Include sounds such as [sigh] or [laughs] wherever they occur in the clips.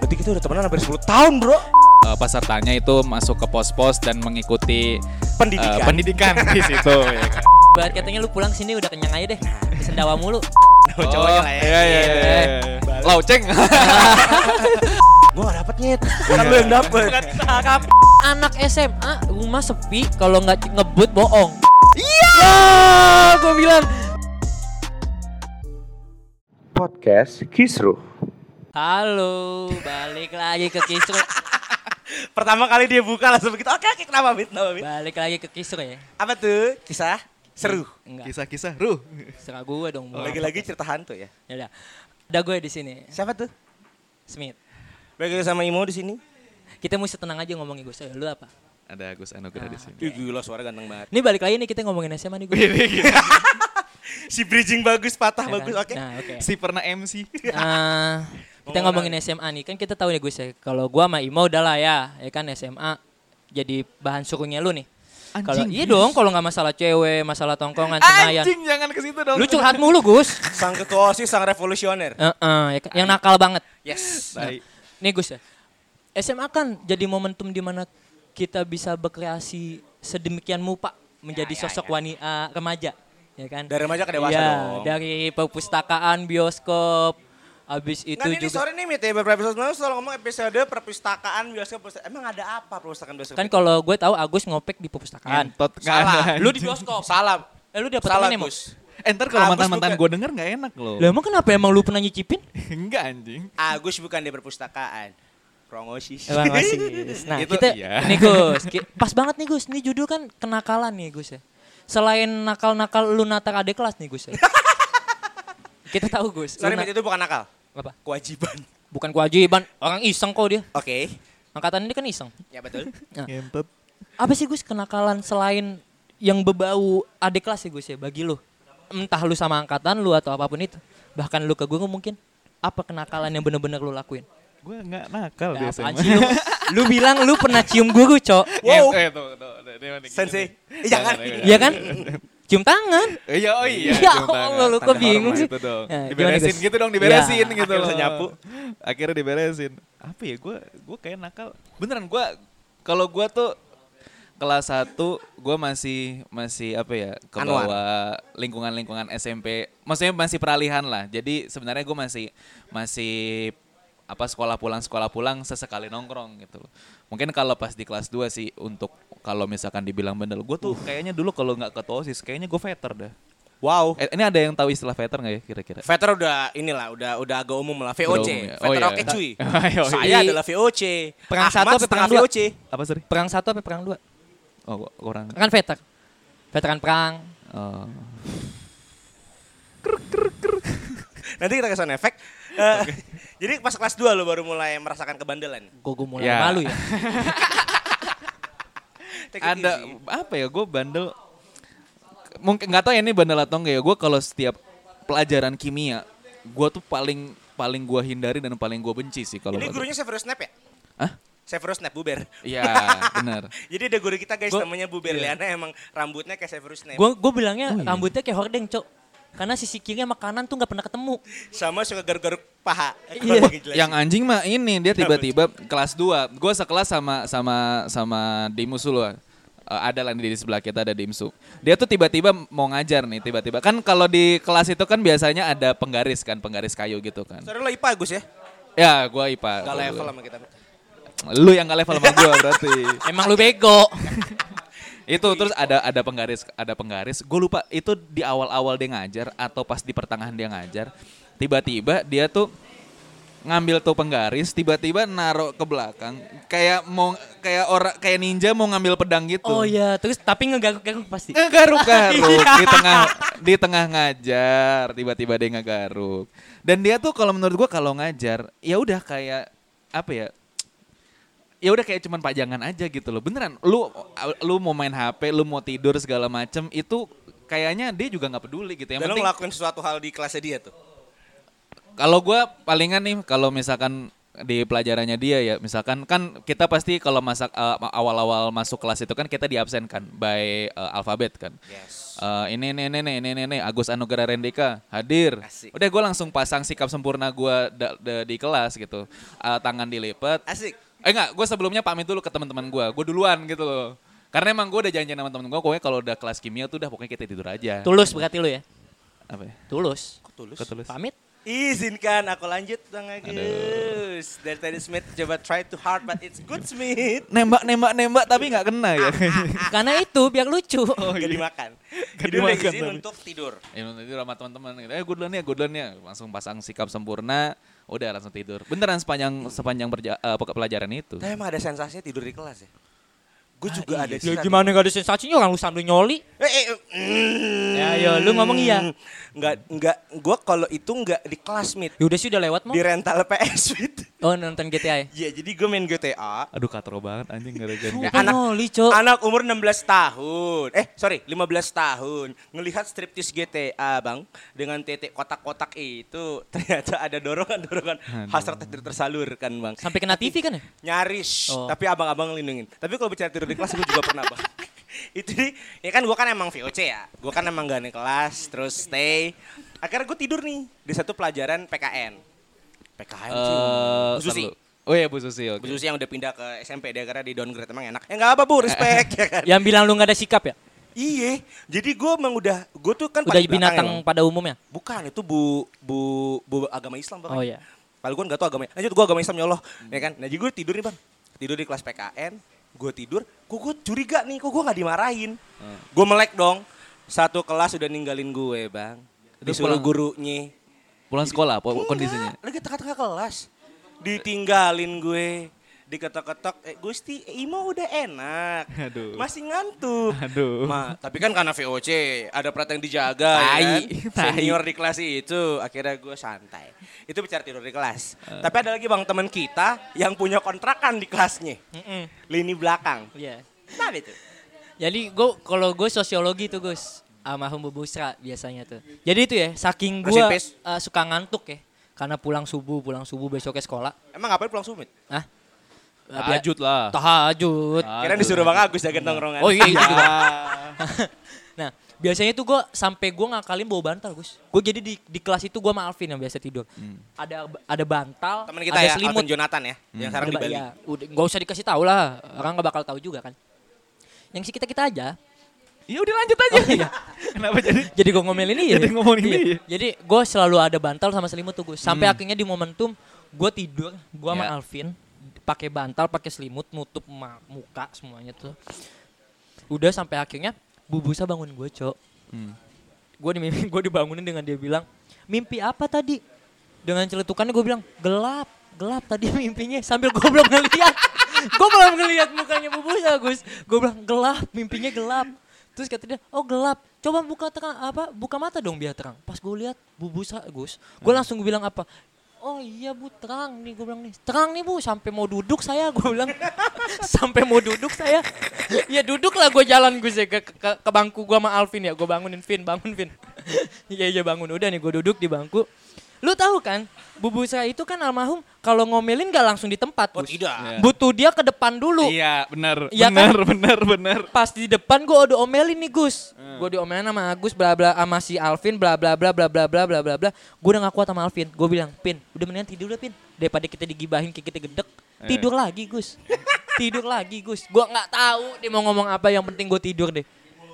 berarti kita udah temenan hampir 10 tahun bro Eh, pesertanya itu masuk ke pos-pos dan mengikuti eh, Pendidikan. pendidikan [laughs] di situ. ya kan? Buat katanya lu pulang sini udah kenyang aja deh. Nah, Sendawa mulu. Oh, cowoknya lah ya Iya iya iya, iya. Balik. Lau ceng. Gue gak dapet nyet Kan lu yang dapet Anak SMA rumah sepi kalau nggak ngebut bohong. Iya. Ya, Ah, gua bilang. podcast Kisruh. Halo, balik lagi ke Kisru. Pertama kali dia buka langsung begitu Oke oke kenapa Bit? Kenapa, Bit? Balik lagi ke Kisru ya. Apa tuh? Kisah? Seru Enggak, Kisah-kisah ruh. serah gue dong. Bu. Oh, Lagi-lagi cerita hantu ya Yaudah. Udah gue di sini. Siapa tuh? Smith. Bagi sama Imo di sini. Kita mesti tenang aja ngomongin gue. Lu apa? [laughs] Ada Agus Anugerah di [laughs] sini. Ih gila suara ganteng banget. Ini balik lagi nih kita ngomongin SMA nih gue. Iya, Iya, Si bridging bagus, patah Ya kan? bagus, oke. Nah, oke. Si pernah MC. Eh, kita ngomongin SMA nih kan kita tahu nih gue sih kalau gue sama Imo udah lah ya ya kan SMA jadi bahan sukunya lu nih kalau iya dong kalau nggak masalah cewek masalah tongkongan senayan Anjing jangan ke situ dong. lu curhat mulu Gus Sang ketua OSIS, sang revolusioner. Eh, eh, ya kan? yang nakal banget Yes. Nah, Tai. nih Gus ya SMA kan jadi momentum dimana kita bisa berkreasi sedemikian mupa menjadi sosok wanita remaja ya kan Ya, Dari remaja ke dewasa Iya, dong. dari perpustakaan bioskop habis itu Nggak, ini juga sore nih Mit ya, beberapa episode lalu selalu ngomong episode perpustakaan bioskop. perpustakaan. Emang ada apa perpustakaan bioskop? Kan kalau gue tahu Agus ngopek di perpustakaan. Entot Salah. kan. Lu di bioskop. salam. Eh lu di Salah apartemen emang. Gus. Enter Eh, kalau Agus mantan-mantan bukan. gue denger nggak enak loh. [laughs] Lah emang kenapa emang lu pernah nyicipin? Enggak anjing. Agus bukan di perpustakaan. Rongosis. Emang masih. Nah, Itu kita iya. nih Gus, ki- pas banget nih Gus. Ini judul kan kenakalan nih Gus ya. Selain nakal-nakal lu natar adik kelas nih Gus ya. kita tahu Gus. lu Sorry gitu. na- Mit, itu bukan nakal. apa? Kewajiban. Bukan kewajiban, orang iseng kok dia. [laughs] Oke. Angkatan ini kan iseng. Ya betul. Entot. Apa sih Gus kenakalan selain yang berbau adik kelas ya Gus ya bagi lu? Entah lu sama angkatan lu atau apapun itu. Bahkan lu ke gue mungkin. Apa kenakalan yang bener-bener lu lakuin? Gue nggak nakal di Ya, apaan SMA. sih lu? Lu bilang lu pernah cium guru, Cok. Wow. Eh, eh, tuh, tuh, tuh, dia mana gini. Sensei. Eh, jangan. Iya kan? Cium tangan. Eh, Iya, oh iya. Ya cium tangan. Allah, lu kok Tanda bingung hormat sih? Itu dong. Ya, gimana, diberesin Gus? gitu dong, diberesin Ya, gitu akhirnya loh. bisa nyapu. Akhirnya diberesin. Apa ya gue? Gue kayak nakal. Beneran gue kalau gue tuh kelas 1 gue masih masih apa ya ke Anwar. bawah lingkungan-lingkungan SMP maksudnya masih peralihan lah jadi sebenarnya gue masih masih apa sekolah pulang sekolah pulang sesekali nongkrong gitu loh. mungkin kalau pas di kelas 2 sih untuk kalau misalkan dibilang bandel gue tuh kayaknya dulu kalau nggak ke tosis kayaknya gue veter dah [laughs] Wow. Eh, ini ada yang tahu istilah veter nggak ya kira-kira? Veter udah inilah, udah udah agak umum lah. VOC, Udah umum ya. [laughs] Oh, veter iya. oke cuy. Ayo, iya. Saya adalah VOC. Perang Ahmad satu apa setengah perang dua? VOC. Apa sih? Perang satu apa perang dua? Oh, gua- kurang. Kan veter. Veteran perang. Oh. Nanti kita kesan efek. Eh, [laughs] Jadi pas kelas 2 lo baru mulai merasakan kebandelan. Gue gue mulai Ya. malu ya. Take it Ada easy. apa ya? Gue bandel. Mungkin nggak tahu ya ini bandel atau enggak ya. Gue kalau setiap pelajaran kimia, gue tuh paling paling gue hindari dan paling gue benci sih kalau. Ini nggak gurunya Severus Snape ya? Hah? Severus Snape Buber. [laughs] Iya, benar. iya. Jadi ada guru kita guys Gua- namanya Buber Liana emang rambutnya kayak Severus Snape. Gue gue bilangnya rambutnya kayak hordeng, Cok. Karena sisi kiri sama kanan tuh nggak pernah ketemu. Sama suka garuk-garuk paha. gitu Iya. Yang anjing mah ini dia tiba-tiba kelas 2. Gue sekelas sama sama sama Dimus dulu. Eh, ada lah di sebelah kita ada Dimsu. Dia tuh tiba-tiba mau ngajar nih tiba-tiba. Kan kalau di kelas itu kan biasanya ada penggaris kan, penggaris kayu gitu kan. Sorry lo IPA Gus ya? Ya, gua Gak IPA. Kalau level gua. sama kita. Lu yang gak level sama gua berarti. [laughs] Emang lu bego. [laughs] itu terus ada ada penggaris, ada penggaris. Gue lupa itu di awal-awal dia ngajar atau pas di pertengahan dia ngajar. Tiba-tiba dia tuh ngambil tuh penggaris, tiba-tiba naruh ke belakang kayak mau kayak orang kayak ninja mau ngambil pedang gitu. Oh iya, terus tapi ngegaruk-garuk pasti. Ngegaruk-garuk di tengah di tengah ngajar, tiba-tiba dia ngegaruk. Dan dia tuh kalau menurut gua kalau ngajar, ya udah kayak apa ya? Ya udah kayak cuman pajangan aja gitu loh. Beneran, lu lu mau main HP, lu mau tidur segala macem itu kayaknya dia juga nggak peduli gitu. Yang Dan lo penting ngelakuin sesuatu hal di kelasnya dia tuh. kalau gua palingan nih kalau misalkan di pelajarannya dia ya misalkan kan kita pasti kalau masak eh, awal-awal masuk kelas itu kan kita diabsenkan by eh, alfabet kan Yes. eh, ini ini ini ini ini ini, ini, Agus Anugerah Rendika hadir. Asik. Udah gue langsung pasang sikap sempurna gue di kelas gitu. Eh, tangan dilipat. Asik. Eh enggak, gue sebelumnya pamit dulu ke teman-teman gue. Gue duluan gitu loh. Karena emang gue udah janjian sama temen gue, pokoknya kalau udah kelas kimia tuh udah pokoknya kita tidur aja. Tulus berarti lu ya? Apa ya? Tulus. Tulus. Ketulus. Pamit. Izinkan aku lanjut Bang Agus. Dari tadi Smith coba try too hard but it's good Smith. Nembak, nembak, nembak tapi nggak kena ya. Karena itu biar [laughs] lucu. Gak dimakan. Gak Jadi udah dimakan izin tapi. untuk tidur. [laughs] Ya nonton tidur sama teman-teman gitu. Eh gue duluan ya, gue duluan ya. Langsung pasang sikap sempurna, udah langsung tidur. Beneran sepanjang sepanjang berja- eh, pe- pelajaran itu. Tapi emang ada sensasinya tidur di kelas ya? Gue juga ada sih. Ya gimana gak ada sensasinya orang lu sambil nyoli. Eh, eh, mm. Ya, ya, lu ngomong iya. Enggak, enggak. Gue kalau itu enggak di kelas Mit. Ya udah sih udah lewat mau. Di rental PS Mit. Oh nonton GTA ya? Iya, jadi gue main GTA. Aduh katro banget anjing gara Ya, gara anak- nyoli cok. Anak umur 16 tahun, eh sorry 15 tahun, ngelihat striptis GTA bang dengan titik kotak-kotak itu [laughs] ternyata ada dorongan-dorongan hasrat tidak tersalurkan bang. Sampai kena TV kan ya? Nyaris, Oh. tapi abang-abang ngelindungin. Tapi kalau bicara tidur di kelas gue juga pernah bang. [laughs] itu nih, ya kan gue kan emang VOC ya, gue kan emang gak naik kelas, terus stay. Akhirnya gue tidur nih di satu pelajaran PKN. PKN sih, Eh, Bu Susi. Eh, Oh iya Bu Susi, oke. Bu Susi yang udah pindah ke SMP dia karena di downgrade emang enak. Ya nggak apa bu, respect ya kan. Yang bilang lu gak ada sikap ya? [laughs] Iya, jadi gue emang udah, gue tuh kan Udah paling belakang binatang emang. pada umumnya. Bukan, itu bu, bu, bu agama Islam bang. Oh iya. Kalau gue gak tau agama, lanjut gue agama Islam ya Allah. Ya kan, nah jadi gue tidur nih bang. Tidur di kelas PKN, gue tidur, kok gue curiga nih, kok gue gak dimarahin. Gue melek dong, satu kelas udah ninggalin gue bang. Terus Disuruh pulang. gurunya. Pulang sekolah po- Enggak, kondisinya. Iya, lagi tengah-tengah kelas. Ditinggalin gue. Diketok-ketok, eh Gusti, eh, Imo udah enak. Aduh. Masih ngantuk. Aduh. Ma, tapi kan karena VOC, ada perat yang dijaga Tai, ya tai. kan? Senior di kelas itu, akhirnya gue santai. Itu bicara tidur di kelas. Tapi ada lagi bang teman kita yang punya kontrakan di kelasnya. Mm-mm. Lini belakang. Iya. Kenapa itu? Jadi gue kalau gue sosiologi tuh Gus sama Humbu Busra biasanya tuh. Jadi itu ya saking gue Rest in peace. suka ngantuk ya karena pulang subuh pulang subuh besoknya sekolah. Emang ngapain pulang sumit? Hah? Lanjut lah. Tahajud. Kira disuruh bang Agus jaga tongkrongan. Oh iya, iya juga. [laughs] nah biasanya tuh gue sampai gue ngakalin bawa bantal Gus. Gue jadi di, di kelas itu gue sama Alvin yang biasa tidur. Ada ada bantal, Teman kita ada ya, selimut. Alton Jonathan ya, yang sekarang di Coba, Bali. iya, udah nggak usah dikasih tahu lah, orang nggak bakal tahu juga kan. Yang si kita kita aja. Ya udah lanjut aja. Oh, iya. [laughs] Kenapa jadi jadi gue ngomel ini ya. Jadi ngomongin ini ya. Jadi gue selalu ada bantal sama selimut tuh Gus. Sampai akhirnya di momentum gue tidur, gue sama Ya. Alvin pakai bantal, pakai selimut, nutup ma- muka semuanya tuh. Udah sampai akhirnya Bubusa bangun gue, Cok. Hmm. Gue dimimpi, [laughs] gue dibangunin dengan dia bilang, "Mimpi apa tadi?" Dengan celetukannya gue bilang, "Gelap, gelap tadi [laughs] mimpinya." Sambil gue belum ngeliat. [laughs] gue belum ngeliat mukanya Bubusa, Gus. Gue bilang, "Gelap, mimpinya gelap." Terus kata dia, "Oh, gelap. Coba buka terang apa? Buka mata dong biar terang." Pas gue lihat Bubusa, Gus. Gue langsung bilang apa? Oh iya bu terang nih gue bilang nih terang nih bu sampai mau duduk saya gue bilang [laughs] sampai mau duduk saya ya duduk lah gue jalan gue ke, ke, ke bangku gue sama Alvin ya gue bangunin Vin bangun Vin [laughs] iya iya bangun udah nih gue duduk di bangku lu tahu kan Bu Busra itu kan almarhum kalau ngomelin gak langsung di tempat Oh Gus. tidak. Iya. butuh dia ke depan dulu Iya, benar. Iya kan? benar, benar, benar. pas di depan gue udah omelin nih Gus Hmm. gue diomelin sama Agus bla bla sama si Alvin bla bla bla bla bla bla bla bla bla gue udah gak kuat sama Alvin gue bilang Pin udah mendingan tidur udah Pin daripada kita digibahin kayak kita gedek Eh. tidur lagi Gus [laughs] tidur lagi Gus gue nggak tahu dia mau ngomong apa yang penting gue tidur deh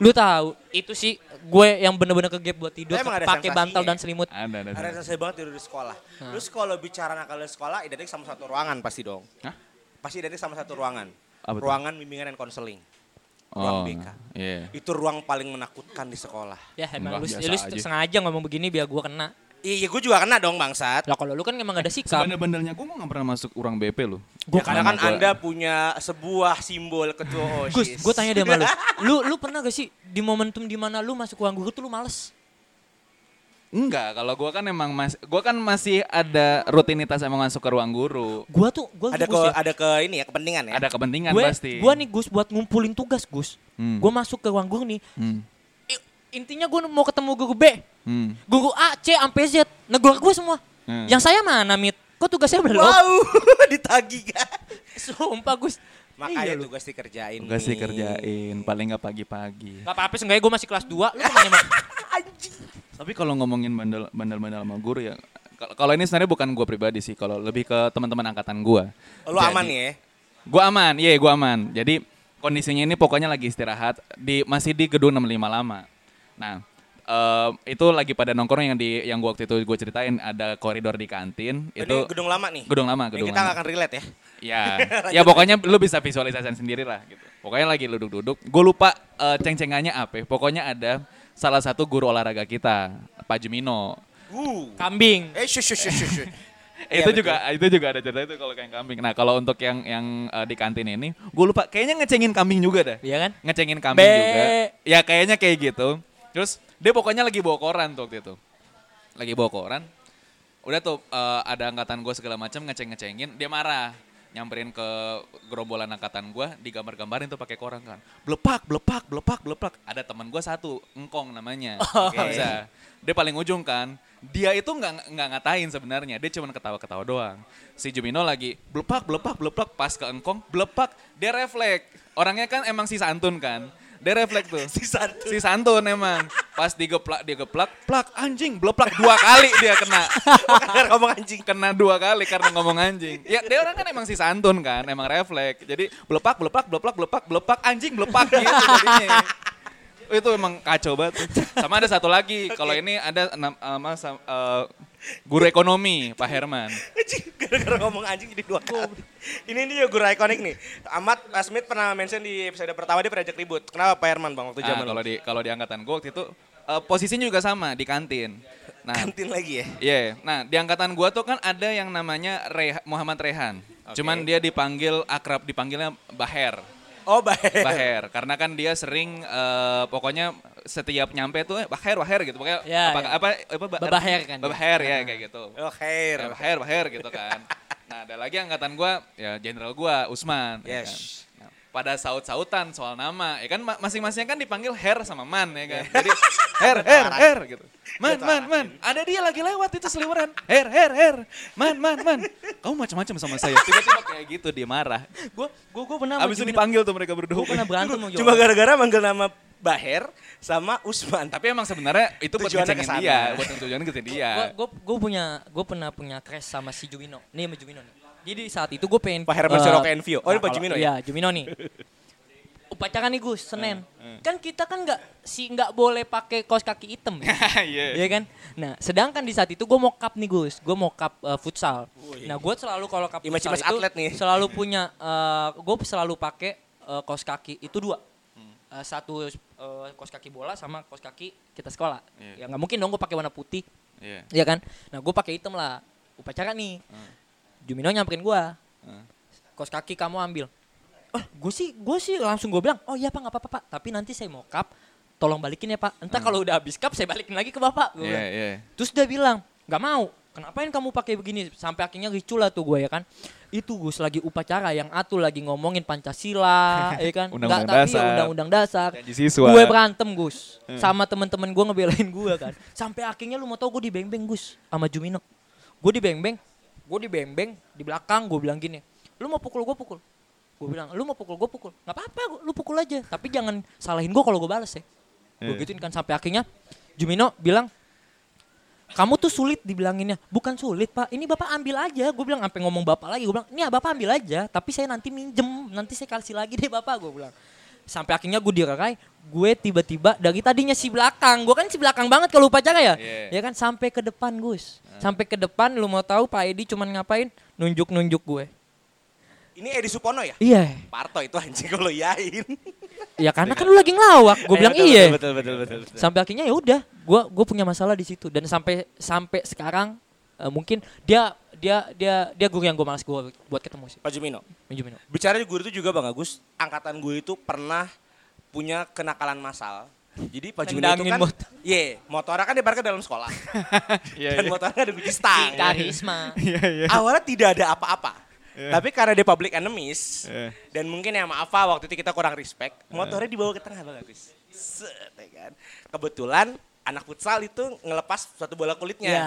lu tahu itu sih gue yang bener-bener kegep buat tidur Emang ada pakai sensasinya bantal ya? dan selimut Ada, ada. ada. Ada selesai banget tidur di sekolah. Terus kalau bicara nakal di sekolah, identik sama satu ruangan pasti dong. Hah? Pasti identik sama satu ruangan. Apa tuh? ruangan bimbingan dan konseling. Ruang BK. Iya. Itu ruang paling menakutkan di sekolah. ya emang Enggak, lu, biasa aja. lu sengaja ngomong begini biar gue kena Iya, gue juga kena dong bangsat. lah kalau lu kan emang gak ada sikap Bandel-bandelnya gue nggak pernah masuk orang BP loh. Ya, karena kan anda punya sebuah simbol [laughs] ketua OSIS. Gus, gue tanya [laughs] deh sama lu. Lu, lu pernah gak sih di momentum dimana lu masuk ruang guru tuh lu males? Enggak, kalau gua kan emang mas, gua kan masih ada rutinitas emang masuk ke ruang guru. Gua tuh, gua ada ke Gus ya, ada ke ini ya kepentingan ya. Ada kepentingan gue, pasti. gue nih Gus buat ngumpulin tugas Gus. Hmm. Gue masuk ke ruang guru nih. Hmm. I- Intinya gue mau ketemu guru B, Hmm. guru A, C, sampai Z. Negor gue semua. Hmm. [laughs] Yang saya mana Mit? Kok tugasnya belum? Wow, ditagi kan. [laughs] Sumpah Gus. Makanya tugas dikerjain. Iya Tugas nih. dikerjain, paling nggak pagi-pagi. Gak apa-apa seenggaknya gue masih kelas 2. Lu kemana mau? Tapi kalau ngomongin bandel bandel bandel sama guru ya kal- kalau ini sebenarnya bukan gue pribadi sih, kalau lebih ke teman-teman angkatan gue. Lu aman Jadi- ya? Gue aman, iya gue aman. Jadi kondisinya ini pokoknya lagi istirahat di masih di gedung 65 lama. Nah eh, itu lagi pada nongkrong yang di yang gua waktu itu gue ceritain ada koridor di kantin Ini itu gedung lama nih. gedung Ini lama, gedung kita lama. nggak akan relate ya. [laughs] Ya, ya pokoknya lu bisa visualisasi sendiri lah gitu. Pokoknya lagi lu duduk-duduk, gue lupa eh, ceng-cengannya apa. ya. Pokoknya ada salah satu guru olahraga kita, Pak Jumino. Uh. Kambing. Eh, shush, shush, shush, shush. Iya, Eh, itu juga itu juga ada cerita itu kalau kayak kambing. Nah, kalau untuk yang yang eh, di kantin ini, gue lupa kayaknya ngecengin kambing juga dah. Iya kan? Ngecengin kambing Be- juga. Ya kayaknya kayak gitu. Terus dia pokoknya lagi bawa koran tuh waktu itu. Lagi bawa koran. Udah tuh eh, ada angkatan gue segala macam ngeceng-ngecengin, dia marah. Nyamperin ke gerombolan angkatan gue, digambar-gambarin tuh pakai koran kan. Blepak, blepak, blepak, blepak. Ada teman gue satu, engkong namanya. Hamzah. Dia paling ujung kan. Dia itu nggak nggak ngatain sebenarnya, dia cuma ketawa-ketawa doang. Si Jumino lagi blepak, blepak, blepak, pas ke engkong, blepak, dia refleks. Orangnya kan emang si santun kan. Dia refleks tuh. [laughs] Si santun. Si santun emang. Pas digeplak, dia geplak, plak anjing, bleplak dua kali dia kena. Karena ngomong anjing. Kena dua kali karena ngomong anjing. Ya dia orang kan emang si santun kan, emang refleks. Jadi blepak, blepak, blepak, blepak, blepak, anjing, blepak gitu jadinya. Itu emang kacau banget. Sama ada satu lagi, kalau ini ada nam- nama sam- eh, guru ekonomi, Pak Herman. Anjing, gara-gara ngomong anjing jadi dua kali. Ini ini ya guru ikonik nih. Ahmad Mas Smith pernah mention di episode pertama dia pernah ajak ribut. Kenapa Pak Herman bang waktu Ah, zaman kalau lu? di kalau di angkatan gue waktu itu eh, posisinya juga sama di kantin. Nah, kantin lagi ya? Iya, nah di angkatan gua tuh kan ada yang namanya Reha- Muhammad Rehan. Cuman dia dipanggil akrab dipanggilnya Baher. Oh Eh. baik. Baher karena kan dia sering eh, pokoknya setiap nyampe tuh eh, Baher Baher gitu pokoknya Ya, apa, ya. apa apa Ba- Babaher kan dia. Babaher ya kayak gitu. Oh khair. Ya, Baher Baher gitu kan. nah, ada lagi angkatan gua ya jenderal gua Usman ya Yes. kan. Nah, Pada saut-sautan soal nama, ya kan ma- masing-masingnya kan dipanggil Her sama Man ya kan. Jadi Her, Her, Her gitu. Man, man, man. Ada dia lagi lewat itu seliweran. Her, her, her. Man, man, man. Kamu macam-macam sama saya. Tiba-tiba kayak gitu dia marah. Gue gue gue pernah Abis itu dipanggil tuh mereka berdua. Gue pernah berantem sama Cuma Johan. gara-gara manggil nama Baher sama Usman. Tapi emang sebenarnya itu buat Tujuannya kesana. ngecengin dia, buat tujuan ke dia. Eh. gue gue punya gue pernah punya crash sama si Jumino nih sama Jumino nih jadi saat itu gue pengen Pak Herman eh, Soroka Envio. Oh, ini Pak kalau- Jumino ya? iya Jumino [laughs] nih upacara nih Gus Senin Hmm, kan kita kan nggak si nggak boleh pakai kaos kaki hitam ya [laughs] [laughs] Iya. Iya kan? Nah, sedangkan di saat itu gue mau cup nih Gus, gue mau cup eh, futsal. Nah, gue selalu kalau cup Image- futsal image itu atlet nih. [laughs] selalu punya, gue selalu pakai eh, kaos kaki itu dua, Hmm. Eh, satu eh, kaos kaki bola sama kaos kaki kita sekolah. Iya. Ya nggak mungkin dong gue pakai warna putih, Iya. Iya kan? Nah, gue pakai hitam lah, upacara nih. Jumino nyamperin gue, kaos kaki kamu ambil. Oh, gue sih, gue sih langsung gue bilang, oh iya pak nggak apa-apa pak, tapi nanti saya mau cup, tolong balikin ya pak. Entah kalau udah habis cup saya balikin lagi ke bapak. Gua Iya, bilang. iya. Terus dia bilang, nggak mau. Kenapain kamu pakai begini? Sampai akhirnya ricu lah tuh gue ya kan. Itu Gus lagi upacara yang atu lagi ngomongin [laughs] Pancasila, ya kan? Undang-undang Nggak, tapi ya dasar. Undang-undang dasar. Janji siswa. Hmm. Gue berantem Gus. Sama temen-temen gue ngebelain gue kan. Sampai akhirnya lu mau tau gue dibeng-beng Gus sama Jumino. Gue dibeng-beng, gue dibeng-beng di belakang gue bilang gini, lu mau pukul gue pukul. Gue bilang, lu mau pukul gue pukul. Nggak apa-apa, gua- lu pukul aja. Tapi jangan salahin gue kalau gue balas ya. Gue Hmm. gituin kan sampai akhirnya Jumino bilang, kamu tuh sulit dibilanginnya. Bukan sulit pak, ini bapak ambil aja. Gue bilang sampai ngomong bapak lagi. Gue bilang, ini ya bapak ambil aja. Tapi saya nanti minjem, nanti saya kasih lagi deh bapak. Gue bilang. Sampai akhirnya gue direrai, gue tiba-tiba dari tadinya si belakang. Gue kan si belakang banget kalau upacara ya. Iya. Ya kan sampai ke depan Gus. Nah. Sampai ke depan lu mau tahu Pak Edi cuman ngapain? Nunjuk-nunjuk gue. Ini Edi Supono ya? Iya. Parto itu anjing kalau yain. Ya karena kan lu lagi ngelawak. Gue bilang Eh, iya. Betul betul betul. betul. sampai akhirnya ya udah gue gue punya masalah di situ dan sampai sampai sekarang eh, mungkin dia dia dia dia guru yang gue malas gue buat ketemu sih Pak Jumino. minjemin Bicara guru itu juga Bang Agus, angkatan gue itu pernah punya kenakalan massal. Jadi Pak Jumino itu Nendangin kan, motor. iya, motornya kan diparkir dalam sekolah. Iya, Dan iya. motornya ada kunci stang. karisma [laughs] Awalnya tidak ada apa-apa. Tapi karena dia public enemies, Iya. dan mungkin ya maaf Pak, waktu itu kita kurang respect, motornya dibawa ke tengah Bang Agus. Set, ya kan. Kebetulan anak futsal itu ngelepas suatu bola kulitnya. Ya.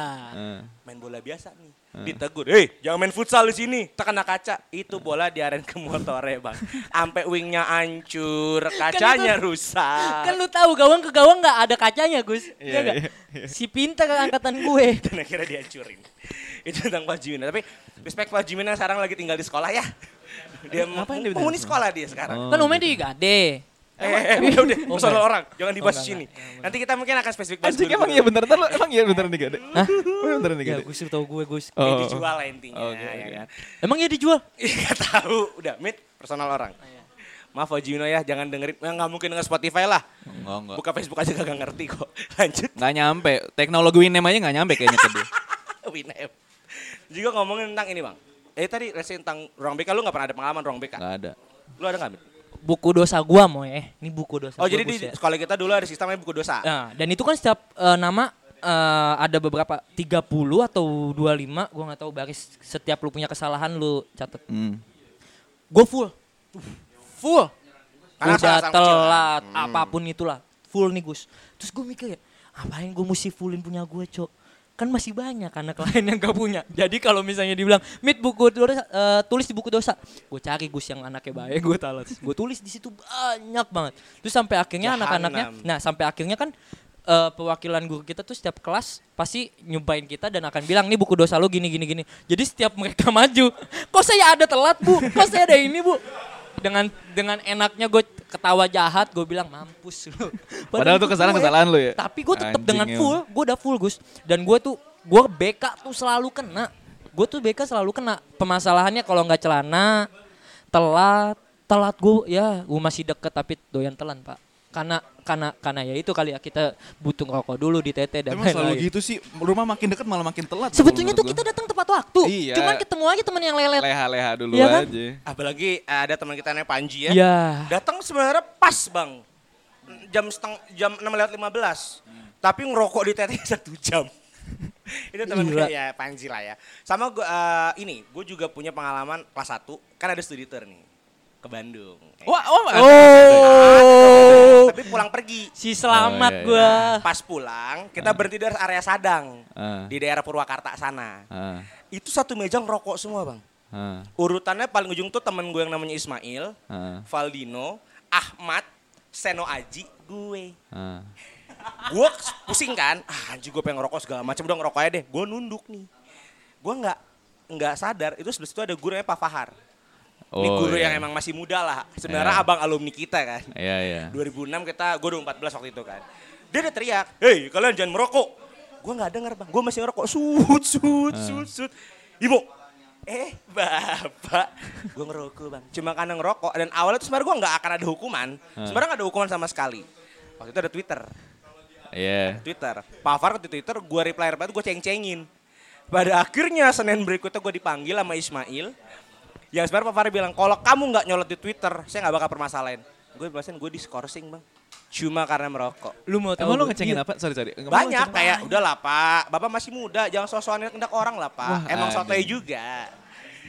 Eh. Main bola biasa nih. Ditegur, "Hei, jangan main futsal di sini, terkena kaca." Itu bola diaren ke motore, Bang. Sampai wingnya hancur, kacanya rusak. Kan lu tahu gawang ke gawang nggak ada kacanya Gus. Iya Iya, nggak? iya, Si pinta ke angkatan gue. dan akhirnya dihancurin. [laughs] Itu tentang Pak Jimena. Tapi respect Pak Jimena sekarang lagi tinggal di sekolah ya. Dia Eh, ngapain dia dia Oh. pindah penghuni sekolah sekolah? dia sekarang. Kan umumnya di Gade. Eh, eh, eh, udah, udah, Oh, soal enggak. orang, jangan dibahas Oh, di sini. enggak, Nanti kita mungkin akan spesifik bahas Anjing guru-guru. emang iya bener ntar lu emang iya bener nih gak deh? Hah? Emang Beneran nih gak Ya deh? Gus tahu gue Gus. Ya, Oh. dijual lah intinya. Oke, ya oke. kan? Emang ya dijual? Ih, [laughs] Nggak tahu, udah mit personal orang. Oh, iya. Maaf Pak Jimena ya, jangan dengerin, Ya, nggak mungkin denger Spotify lah. Enggak, enggak. Buka Facebook aja kagak ngerti kok. [laughs] Lanjut, Nggak nyampe, teknologi Winem aja nggak nyampe kayaknya ke dia. Winem. Juga ngomongin tentang ini bang. Eh tadi resi tentang ruang BK, lu nggak pernah ada pengalaman ruang BK? Nggak ada. Lu ada nggak? Mit? Buku dosa gua mau ya. Ini buku dosa. Oh gua, jadi di Gus, ya. sekolah kita dulu ada sistemnya buku dosa. Nah, dan itu kan setiap eh, nama eh, ada beberapa 30 atau 25, gua nggak tahu baris setiap lu punya kesalahan lu catat. Hmm. Gue full. Full. Karena Udah salah-salah kecil kan. telat, apapun itulah. Full nih Gus. Terus gue mikir ya, apain gue mesti fullin punya gue Cok. Kan masih banyak anak [laughs] lain yang gak punya. Jadi kalau misalnya dibilang, mit buku dosa, eh, tulis di buku dosa. Gue cari Gus yang anaknya baik, gue talas. Gue tulis di situ banyak banget. Terus sampai akhirnya Jahanam. anak-anaknya, nah sampai akhirnya kan eh, perwakilan guru kita tuh setiap kelas pasti nyobain kita dan akan bilang nih buku dosa lo gini gini gini. Jadi setiap mereka [laughs] maju, kok saya ada telat bu, kok saya ada ini bu. Dengan dengan enaknya gue ketawa jahat, gue bilang mampus lu. Padahal tuh itu kesalahan- gue- kesalahan lu ya? Tapi gue tetap Anjing dengan emang. full, gue udah full Gus. Dan gue tuh gue BK tuh selalu kena. Gue tuh BK selalu kena. Pemasalahannya kalau nggak celana, telat, telat gue ya gue masih deket tapi doyan telan pak. Karena karena karena ya itu kali ya kita butuh rokok dulu di TT dan Emang selalu lain-lain. gitu sih, rumah makin deket malah makin telat. Sebetulnya tuh menurut kita gua. datang tepat waktu. Iya. Cuman ketemu aja temen yang lelet. leha-leha dulu Iya kan? aja. Apalagi eh, ada teman kita namanya Panji ya. Iya. Datang sebenarnya pas bang. Jam seteng, jam 6 lewat 15. Hmm. Tapi ngerokok di TT [laughs] satu jam. itu teman Gila. kita ya Panji lah ya. Sama gua, eh, ini, gue juga punya pengalaman kelas 1. Kan ada studi tour nih. Ke Bandung. Wah, oh, Oh, Tapi pulang pergi. si selamat Oh, iya, gua. Pas pulang, Ah. kita berhenti dari area Sadang. Ah. Di daerah Purwakarta sana. Ah, Itu satu meja ngerokok semua bang. ah, Urutannya paling ujung tuh temen gue yang namanya Ismail, ah, Valdino, Ahmad, Seno Aji, gue. ah. Gue pusing kan, ah anjing gue pengen ngerokok segala macam udah ngerokok aja deh. Gue nunduk nih. Gue nggak nggak sadar itu sebelah situ ada gurunya Pak Fahar. Ini Oh, guru iya. yang emang masih muda lah. Sebenarnya Iya. abang alumni kita kan. Iya, iya. 2006 kita, gue udah 14 waktu itu kan. Dia udah teriak, hei kalian jangan merokok. Gue gak denger bang, gue masih ngerokok. Sut, sut, sut, sut. Ibu, eh bapak, gue ngerokok bang. Cuma karena ngerokok dan awalnya tuh sebenarnya gue gak akan ada hukuman. Sebenarnya gak ada hukuman sama sekali. Waktu itu ada Twitter. Iya. Twitter. Pafar di Twitter, gue reply reply gue ceng-cengin. Pada akhirnya Senin berikutnya gue dipanggil sama Ismail. Yang sebenarnya Pafar bilang, kalau kamu nggak nyolot di Twitter, saya nggak bakal permasalahin. Gue permasalahin gue diskorsing bang. Cuma karena merokok. Lu mau tahu? Emang lu Iya. gua? ngecengin apa? Sorry, sorry. Emang lu Banyak ngecengin- kayak, udahlah pak, bapak masih muda, jangan sosokan kendak orang lah pak. Wah, Emang aneh. sotoy juga.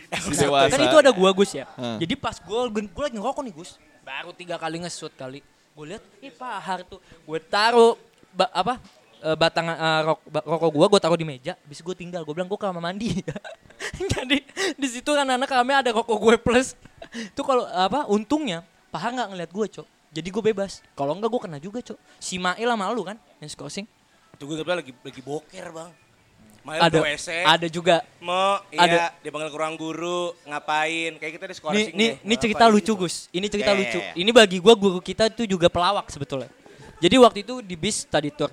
Emang Si sotoy. Dewasa. Kan itu ada gua Gus ya. Heeh. Jadi pas gua gua lagi ngerokok nih Gus. Baru tiga kali ngesut kali. Gue lihat ih Pak Har tuh. Gue taruh ba- apa? eh, batang eh, rok- ba- rokok gua gua taruh di meja, habis gua tinggal. Gua bilang gua ke kamar mandi. [laughs] Jadi di situ kan anak kami ada rokok gue plus. [laughs] Itu kalau apa untungnya Pak Har nggak ngeliat gua, Cok. Jadi gue bebas. Kalau enggak gue kena juga, Cok. Si Mail sama lu kan yang skorsing. Tuh gue kebetulan lagi, lagi boker bang. Main Ada ke WC. ada juga Mau, Ada. iya, dia panggil ke ruang guru, ngapain, kayak kita Nih, diskorsing nih, deh. nih cerita Ngapain lucu gitu. Gus. Ini cerita Ya, ya, lucu. ya. Ini bagi gua guru kita itu juga pelawak sebetulnya. Jadi waktu itu di bis tadi tour.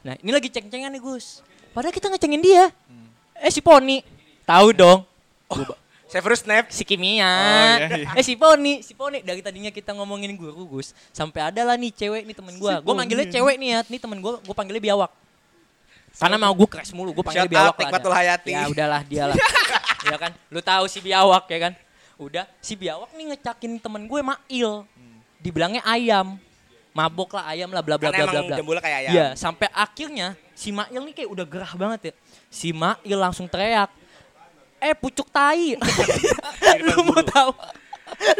Nah, ini lagi ceng-cengan nih Gus. Padahal kita ngecengin dia. Hmm. Eh si Poni. Tahu dong. Severus Snape. Si Kimia. Oh, iya, iya. Eh si Poni, si Poni dari tadinya kita ngomongin guru Gus, sampai ada lah nih cewek nih temen gua. Gua manggilnya cewek nih ya. Nih temen gua, gua panggilnya Biawak. Karena mau gua crash mulu, gua panggilnya Shout Biawak out lah. Nikmatul ada. Hayati. Ya udahlah [laughs] dialah. ya kan? Lu tahu si Biawak ya kan? Udah, si Biawak nih ngecakin temen gue Mail. Dibilangnya ayam. Mabok lah ayam lah bla bla Karena bla bla emang bla. jambulnya kayak ayam. Iya, sampai akhirnya si Mail nih kayak udah gerah banget ya. Si Mail langsung teriak, "Eh pucuk tai." lu mau tahu?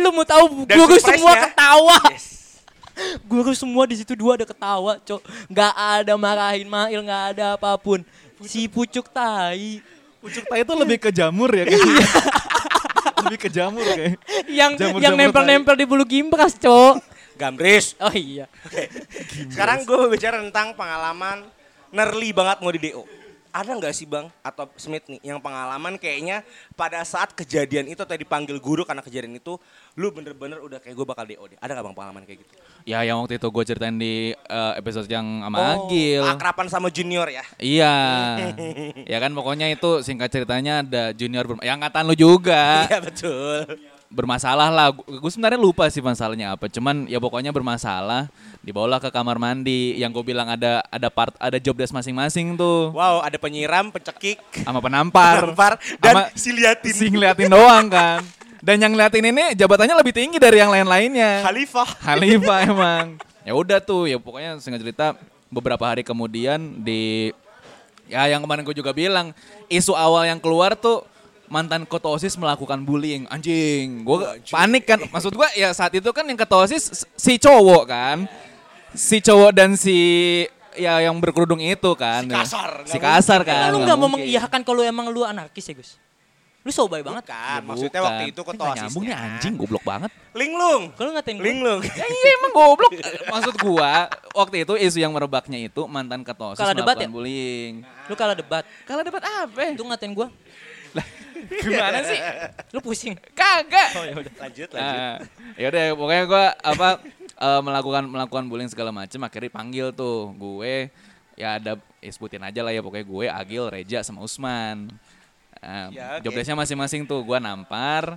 Lu mau tahu Dan guru surprise-nya- semua ketawa. Yes. Guru semua di situ dua ada ketawa, cok. Gak ada marahin Mail, gak ada apapun. Si pucuk tai Pucuk tai itu lebih ke jamur ya [laughs] kayaknya. lebih ke jamur kayak. yang Jamur-jamur yang tai. nempel-nempel di bulu gimbras, cok. Gambris. Oh iya. Sekarang gue bicara tentang pengalaman nerli banget mau di DO. Ada nggak sih Bang atau Smith nih yang pengalaman kayaknya pada saat kejadian itu atau dipanggil guru karena kejadian itu lu bener-bener udah kayak gue bakal DO deh. Ada nggak Bang pengalaman kayak gitu? Ya yang waktu itu gue ceritain di eh, episode yang sama Oh, Agil. Akrapan sama junior ya. [laughs] Iya. ya kan pokoknya itu singkat ceritanya ada junior berma- yang angkatan lu juga. [laughs] Iya betul. bermasalah lah. Gue sebenarnya lupa sih masalahnya apa. Cuman ya pokoknya bermasalah. Dibawalah ke kamar mandi. Yang gue bilang ada ada part ada job desk masing-masing tuh. Wow, ada penyiram, pencekik, Sama penampar. Penampar dan Sama si liatin. si ngeliatin doang kan. Dan yang ngeliatin ini jabatannya lebih tinggi dari yang lain-lainnya. Khalifah. Khalifah emang. Ya udah tuh ya pokoknya singkat cerita beberapa hari kemudian di ya yang kemarin gue juga bilang isu awal yang keluar tuh mantan ketua OSIS melakukan bullying anjing gue panik kan maksud gue ya saat itu kan yang ketua OSIS si cowok kan si cowok dan si ya yang berkerudung itu kan Si kasar, si nggak kasar kan Kan lu gak mau mungkin. mengiyakan kalau emang lu anarkis ya, Gus? Lu sobay banget. Kan, maksudnya waktu itu kan. Ini kok nggak nyambung nih anjing goblok banget Linglung. Kalau ngatain gue. Linglung. Ya iya emang goblok. Maksud gua waktu itu isu yang merebaknya itu mantan ketua OSIS Kalah debat melakukan ya? bullying. Lu kalah debat. Kalau debat apa? Itu ngatain gua. Gimana sih? Oh, iya. Lu pusing. Kagak. Lanjut, lanjut. Nah, ya udah pokoknya gua apa eh, melakukan melakukan bullying segala macam akhirnya dipanggil tuh gue ya ada ya sebutin aja lah ya pokoknya gue Agil Reja sama Usman Nah, Ya, oke. job desknya masing-masing tuh gua nampar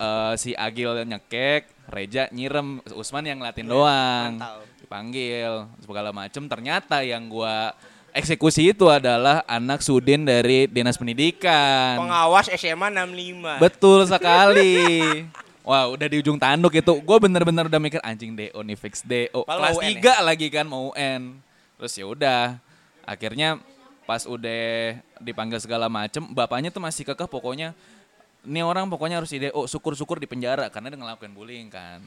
eh, si Agil nyekek Reja nyirem Usman yang ngeliatin doang Iya, mantap. dipanggil segala macem ternyata yang gua eksekusi itu adalah anak Sudin dari Dinas Pendidikan Pengawas SMA 65. Betul sekali. Wah, udah di ujung tanduk itu. Gue bener-bener udah mikir anjing DO nih fix DO. Padahal Kelas mau UN 3 lagi kan mau UN. Terus ya udah. Akhirnya pas udah dipanggil segala macem, bapaknya tuh masih kekeh pokoknya ini orang pokoknya harus di DO, syukur-syukur di penjara karena dia ngelakuin bullying kan.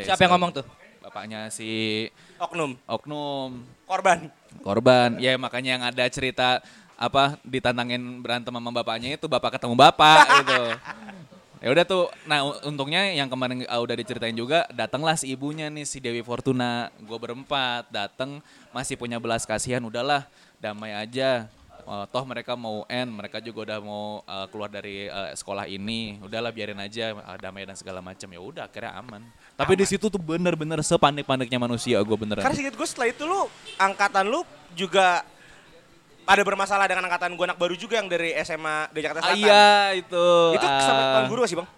Siapa yang ngomong tuh? Bapaknya si Oknum. Oknum Korban. korban. Ya makanya yang ada cerita apa ditantangin berantem sama bapaknya itu bapak ketemu bapak [laughs] gitu. Ya udah tuh. Nah, u- untungnya yang kemarin uh, udah diceritain juga datanglah si ibunya nih si Dewi Fortuna. Gue berempat datang masih punya belas kasihan udahlah damai aja. Uh, toh mereka mau end, mereka juga udah mau uh, keluar dari uh, sekolah ini. Udahlah biarin aja uh, damai dan segala macam. Ya udah akhirnya aman. Tapi di situ tuh bener-bener sepanik-paniknya manusia gue beneran. Karena singkat gue setelah itu lu angkatan lu juga ada bermasalah dengan angkatan gue anak baru juga yang dari SMA dari Jakarta Ah, Selatan. iya itu. Itu sampai ah, tahun guru gak sih bang?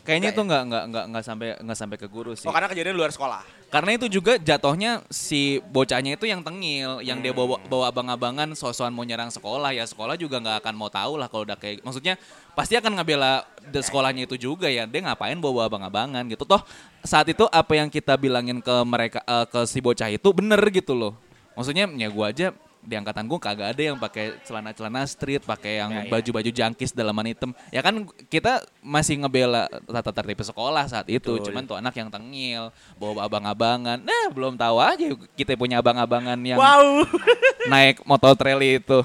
Kayaknya itu ya? nggak nggak nggak nggak sampai nggak sampai ke guru sih. Oh karena kejadian luar sekolah. Karena itu juga jatuhnya si bocahnya itu yang tengil, yang dia Hmm. bawa bawa abang-abangan sosokan mau nyerang sekolah ya sekolah juga nggak akan mau tahu lah kalau udah kayak maksudnya pasti akan ngebela de- sekolahnya itu juga ya dia ngapain bawa abang-abangan gitu toh saat itu apa yang kita bilangin ke mereka eh, ke si bocah itu bener gitu loh maksudnya ya gua aja di angkatan gua kagak ada yang pakai celana-celana street pakai yang baju-baju jangkis dalaman hitam ya kan kita masih ngebela tata tertib sekolah saat itu cuman tuh anak yang tengil bawa abang-abangan nah belum tahu aja kita punya abang-abangan yang Wow. [laughs] naik motor trail itu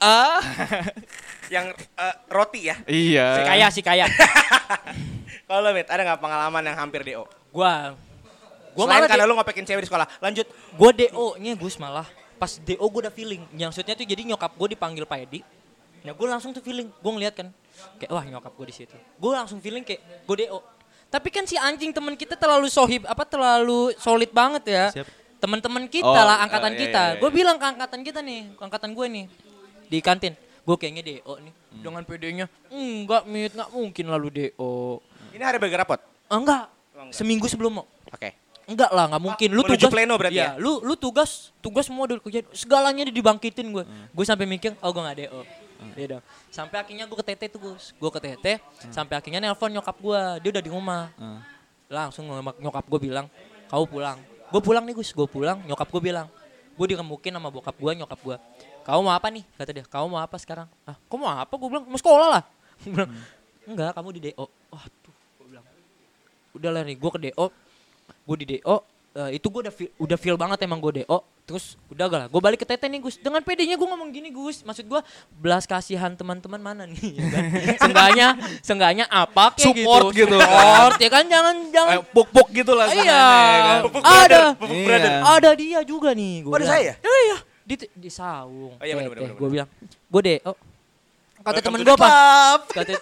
ah yang eh, roti ya. Si iya kaya, si kaya. Kalau lu Mit, ada nggak pengalaman yang hampir DO? Gua Gua gua Selain malah karena di- lu ngopekin cewek di sekolah. Lanjut. Gue DO-nya Gus malah. Pas DO gue udah feeling. Yang maksudnya tuh jadi nyokap gue dipanggil Pak Edi. Nah gue langsung tuh feeling. Gue ngeliat kan. Kayak wah nyokap gue di situ. Gue langsung feeling kayak gue DO. Tapi kan si anjing teman kita terlalu sohib apa terlalu solid banget ya. Teman-teman kita Oh, lah eh, angkatan iya, kita. iya, iya. Gue bilang ke angkatan kita nih, ke angkatan gue nih di kantin. Gue kayaknya DO nih. Hmm. Dengan PD-nya enggak mit, enggak mungkin lalu DO. Ini hari bagi rapot. Ah, enggak. Seminggu sebelum mau. Oh, Oke. Enggak lah, nggak mungkin. Lu Menuju tugas pleno berarti ya? Iya, Lu lu tugas, tugas semua udah kerja. Segalanya di- dibangkitin gue. Hmm. Gue sampai mikir, oh gue nggak DO. Iya dong. Sampai akhirnya gue ke TT tuh Gus. Gue ke TT, Hmm. sampai akhirnya nelpon nyokap gue. Dia udah di rumah. Langsung nyokap- nyokap gue bilang, kau pulang. Gue pulang nih Gus, gue pulang. Nyokap gue bilang, gue diremukin sama bokap gue, nyokap gue. Kau mau apa nih? Kata dia, kau mau apa sekarang? Ah, kau mau apa? Gue bilang, mau sekolah lah. [laughs] Gue bilang, Hmm. enggak, kamu di DO. Waduh, gue bilang, udah lah nih gue ke DO gue di DO eh, itu gue udah feel, udah feel banget emang gue DO terus udah gak lah gue balik ke Tete nih Gus dengan pedenya gue ngomong gini Gus maksud gue belas kasihan teman-teman mana nih [laughs] ya kan? seenggaknya seenggaknya apa kayak Support gitu. support ya kan jangan jangan Kayak puk-puk gitu lah. sana, iya ya kan? Pupuk brother, ada pupuk Iya. brother. ada dia juga nih gue Oh, ada saya? iya di di saung Oh, iya, bener, bener, bener. gue bilang gue DO Welcome kata temen to gue the apa club. kata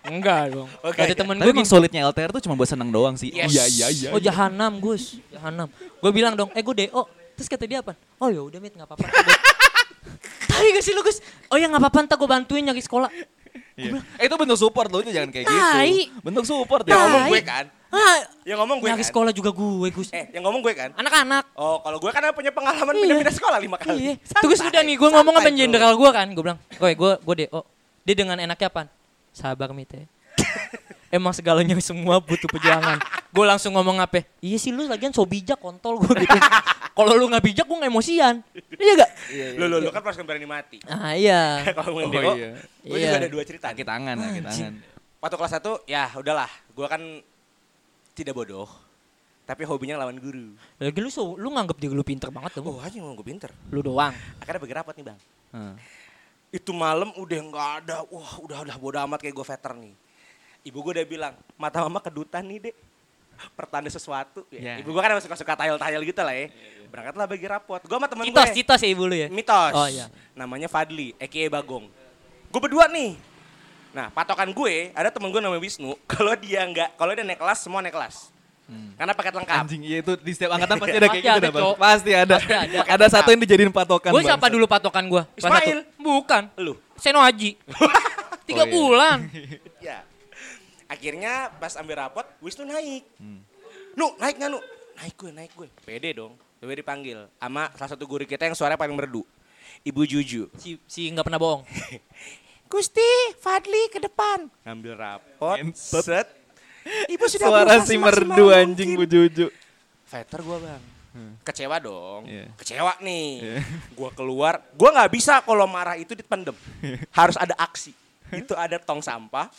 enggak dong Oke. kata temen Tapi gue emang solidnya LTR tuh cuma buat seneng doang sih. Yes. Iya, iya, iya. Oh jahanam Gus, jahanam. Gue bilang dong, eh gue DO. Terus kata dia apa? Oh ya udah mit nggak apa-apa. Gua- Tapi gak sih lu Gus? Oh ya nggak apa-apa ntar gue bantuin nyari sekolah. Iya. Eh, itu bentuk support loh, itu jangan kayak gitu. Tai. Bentuk support Yang ya. ngomong Tai. gue kan. Ah, Yang ngomong gue nyari kan. sekolah juga gue Gus. Eh, yang ngomong gue kan. Anak-anak. Oh, kalau gue kan punya pengalaman Iya. pindah-pindah sekolah lima kali. Iya. Terus Santai, udah nih gue ngomong sama santai, bro. jenderal gue kan, gue bilang, "Koy, gue gue DO." Dia dengan enaknya apa? Sabar mit [laughs] ya. Emang segalanya semua butuh perjuangan. Gue langsung ngomong apa? Iya sih lu lagian so bijak kontol gue [laughs] gitu. Kalau lu nggak bijak gue nggak emosian. Iya gak? Lu lu lu kan pasukan berani mati. Ah iya. Kalau ngomongin Deo, Oh, iya. gue juga Iya. ada dua cerita. Sakit tangan, sakit tangan. Waktu kelas 1, ya udahlah. Gue kan tidak bodoh. Tapi hobinya lawan guru. Lagi lu so, lu nganggep diri lu pinter banget tuh. Oh, hanya mau gue pinter. Lu doang. Akhirnya bergerak nih, Bang. Heeh. Itu malam udah nggak ada. Wah, udah udah bodo amat kayak gue veter nih. Ibu gue udah bilang, mata mama kedutan nih, Dek. Pertanda sesuatu. Ya. Ya. Ibu gue kan emang suka-suka tayel-tayel gitu lah ya. Berangkatlah bagi rapot. Gue sama temen gue. Citos, citos ya ibu lu ya. eh. Mitos. Oh iya. Namanya Fadli, a.k.a. Bagong. Gue berdua nih. Nah, patokan gue, ada temen gue namanya Wisnu. [laughs] Kalau dia nggak, kalau dia naik kelas, semua naik kelas. Karena paket lengkap. Hmm. Anjing, iya itu di setiap angkatan [laughs] pasti ada kayak Pasti gitu ada, dah, Bang. Cok. Pasti ada. ada. [laughs] Ada satu yang dijadiin patokan, Gue Bang. siapa dulu patokan gue? Ismail. Bukan. Lu. Seno Haji. Tiga Oh, iya. bulan. Ya. Akhirnya pas ambil rapot, Wisnu naik. Hmm. Nu, naik nggak Nu? Naik gue, naik gue. Pede dong. Gue dipanggil sama salah satu guru kita yang suaranya paling merdu. Ibu Juju. Si si nggak pernah bohong. Gusti, Fadli ke depan. Ngambil rapot, Entot. set. Ibu sudah Suara berusaha si semaksimal merdu anjing Bu mungkin. Juju. Veter gue bang. Kecewa dong. Iya. Kecewa nih. Gua keluar. Gua nggak bisa kalau marah itu dipendem. Harus ada aksi. Itu ada tong sampah.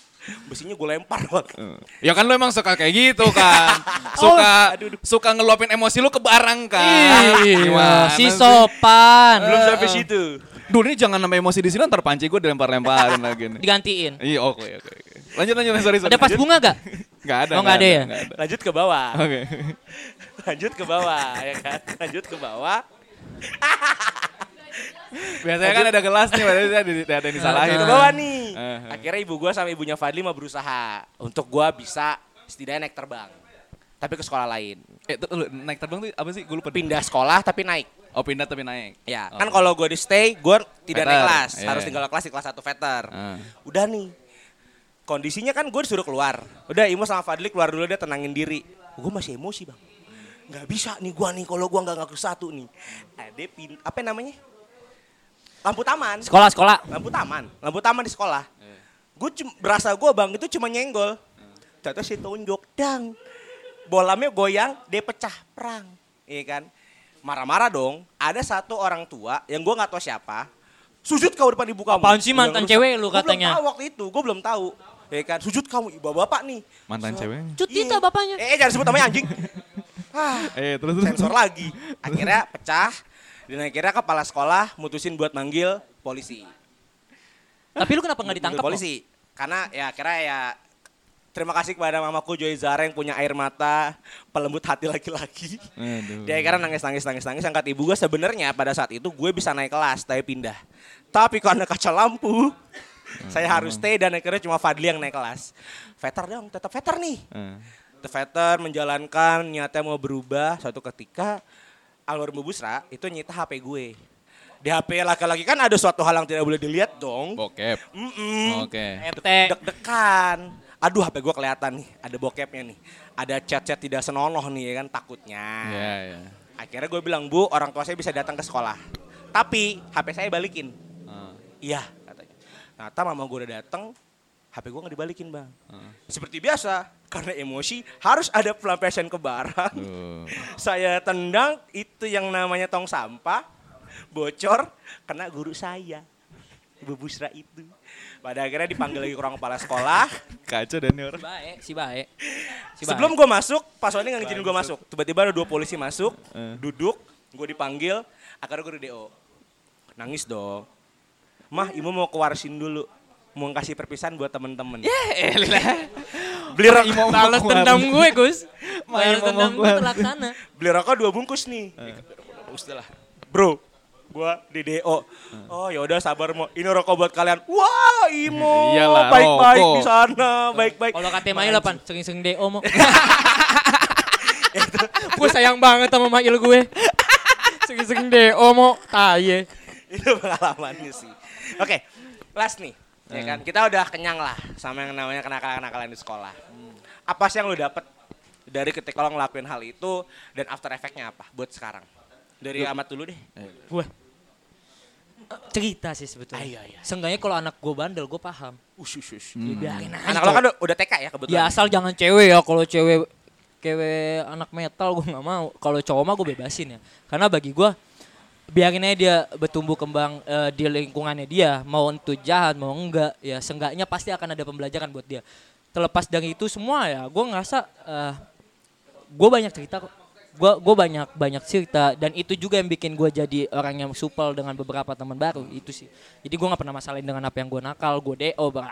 Besinya gue lempar bang. Ya kan lu emang suka kayak gitu [laughs] kan. Oh. Suka suka ngeluapin emosi lu ke barang kan. Iya. Gimana sih? Si Belum sopan. sampai situ. Duh ini jangan nambah emosi di sini ntar panci gue dilempar-lemparin lagi [laughs] nih. Digantiin. Iya oke oke. oke. Lanjut lanjut sorry sorry. Ada pas bunga [laughs] gak? Gak ada. Oh, nggak ada ya? nggak ada. Lanjut ke bawah. Oke. Lanjut ke bawah ya kan. Lanjut ke bawah. Biasanya kan ada gelas nih, biasanya ada, ada yang disalahin. Lanjut ke Ah. bawah nih. Ah. Akhirnya ibu gua sama ibunya Fadli mau berusaha untuk gua bisa setidaknya naik terbang. Tapi ke sekolah lain. Eh, tuh, lu, naik terbang tuh apa sih? Gue lupa. Pindah sekolah tapi naik. Oh, pindah tapi naik. Iya. Ya, Oh. kan kalau gue di stay, gue tidak naik Veter, kelas. iya. Harus tinggal kelas di kelas 1 veter. Ah. Udah nih. Kondisinya kan gue disuruh keluar. Udah Imo sama Fadli keluar dulu dia tenangin diri. Gue masih emosi bang. Gak bisa nih gue nih kalau gue gak ngaku satu nih. Ada pin, apa namanya? Lampu taman. Sekolah sekolah. Lampu taman. Lampu taman di sekolah. Gue berasa gue bang itu cuma nyenggol. Ternyata si tonjok dang. Bolamnya goyang, dia pecah perang. Iya kan? Marah-marah dong. Ada satu orang tua yang gue nggak tahu siapa. Sujud kau depan ibu kamu. Apaan sih mantan Udah ngerusak. cewek lu Gua katanya? belum tahu waktu itu, gue belum tahu. Iya kan? Sujud kamu, ibu bapak nih. Mantan ceweknya. Cuti Iya. tuh bapaknya. Eh, eh, jangan sebut namanya anjing. Ah, Eh, terus terus. sensor lagi. Akhirnya pecah. Dan akhirnya kepala sekolah mutusin buat manggil polisi. Tapi lu kenapa nggak ditangkap? Mobil polisi karena ya kira ya terima kasih kepada mamaku Joy Zara yang punya air mata pelembut hati laki-laki Aduh. dia kan- karena nangis nangis nangis nangis angkat ibu gue sebenarnya pada saat itu gue bisa naik kelas tapi pindah tapi karena kaca lampu saya harus stay dan akhirnya cuma Fadli yang naik kelas veter dong tetap veter nih Eh. The Veter menjalankan niatnya mau berubah suatu ketika almarhum Busra itu nyita HP gue. Di HP laki-laki kan ada suatu hal yang tidak boleh dilihat dong. Bokep. Mm-mm. Oke. RT. Deg-degan. Aduh HP gue kelihatan nih, ada bokepnya nih. Ada chat-chat tidak senonoh nih ya kan takutnya. Ah. Iya, iya. Akhirnya gue bilang, Bu orang tua saya bisa datang ke sekolah. Tapi HP saya balikin. Ah, Iya katanya. Ternyata mama gue udah datang, HP gue nggak dibalikin bang. ah. Seperti biasa, karena emosi harus ada pelampiasan ke barang. Tuh. Saya tendang itu yang namanya tong sampah, bocor, kena guru saya. Ibu Busra itu. Pada akhirnya dipanggil lagi ke ruang kepala sekolah. Kacau dan ini orang. Si bae, si bae. Si bae. [laughs] Sebelum gue masuk, Pak Sony nggak ngizinin gue masuk. Tiba-tiba ada dua polisi masuk, Eh. duduk, gue dipanggil, akhirnya gue di DO. Nangis dong. Mah, Imo mau kewarsin dulu. Mau ngasih perpisahan buat temen-temen. Eh, elah. Beli rokok, Balas dendam gue, Gus. Main Balas dendam ngomong gue gua. terlaksana. beli rokok dua bungkus nih. Eh. Dua bungkus dah lah. Bro, gue di DO. Oh yaudah sabar mau. Ini rokok buat kalian. Wah, Imo. Iyalah, baik-baik di rokok. sana. Baik-baik. Kalau kata Mail apa? Sering-sering DO mau. gue sayang banget sama Mail gue. Sering-sering DO ya. mau. Taye. [laughs] itu pengalamannya sih. Oke, last nih. Eh. Ya kan? Kita udah kenyang lah sama yang namanya kenakalan-kenakalan di sekolah. Apa sih yang lu dapet dari ketika lo ngelakuin hal itu dan after effect-nya apa buat sekarang? Dari amat dulu deh. Gue. Cerita sih sebetulnya. Ayo, ayo. Seenggaknya kalau anak gue bandel, gue paham. Ah, iya, Ush, ush, ush. Ya biarin aja. Anak lo kan udah, udah TK ya kebetulan. Ya asal jangan cewek ya. Kalau cewek cewek anak metal gue nggak mau. Kalau cowok mah gue bebasin ya. Karena bagi gue biarin aja dia bertumbuh kembang eh, di lingkungannya dia. Mau itu jahat mau enggak ya seenggaknya pasti akan ada pembelajaran buat dia. Terlepas dari itu semua ya gue ngerasa eh, gue banyak cerita kok. Gue gue banyak banyak cerita dan itu juga yang bikin gue jadi orang yang supel dengan beberapa teman baru itu sih. Jadi gue nggak pernah masalahin dengan apa yang gue nakal, gue do, bah,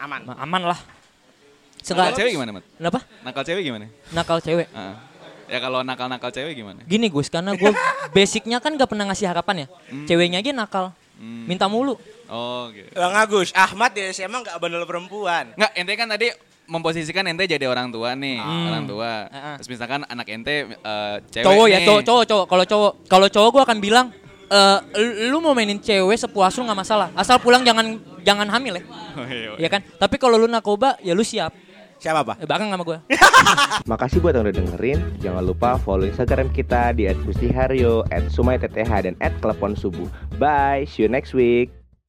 Aman. aman lah. Nakal Seenggak- cewek gimana, Mat? Kenapa? Nakal cewek gimana? Nakal cewek. Ah. Ya kalau nakal-nakal cewek gimana? Gini Gus, karena gue basicnya kan gak pernah ngasih harapan ya. Hmm. Ceweknya aja nakal. Minta mulu. Oh, gitu. Bang Agus, Ahmad di SMA nggak bandel perempuan. Enggak, ente kan tadi memposisikan ente jadi orang tua nih, Ah. orang tua. Ah-ah. Terus misalkan anak ente eh, cewek cowok ya, nih. cowok, cowok, cowok. Kalau cowok, kalau cowok gue akan bilang, "Eh, lu mau mainin cewek sepuas lu nggak masalah. Asal pulang jangan jangan hamil ya. Oh, iya, Iya kan? Tapi kalau lu narkoba, ya lu siap. Siapa Pak? Eh, bareng sama gue. Makasih buat yang udah dengerin. Jangan lupa follow Instagram kita di @bustiharyo, @sumaitth dan @klepon subuh. Bye, see you next week.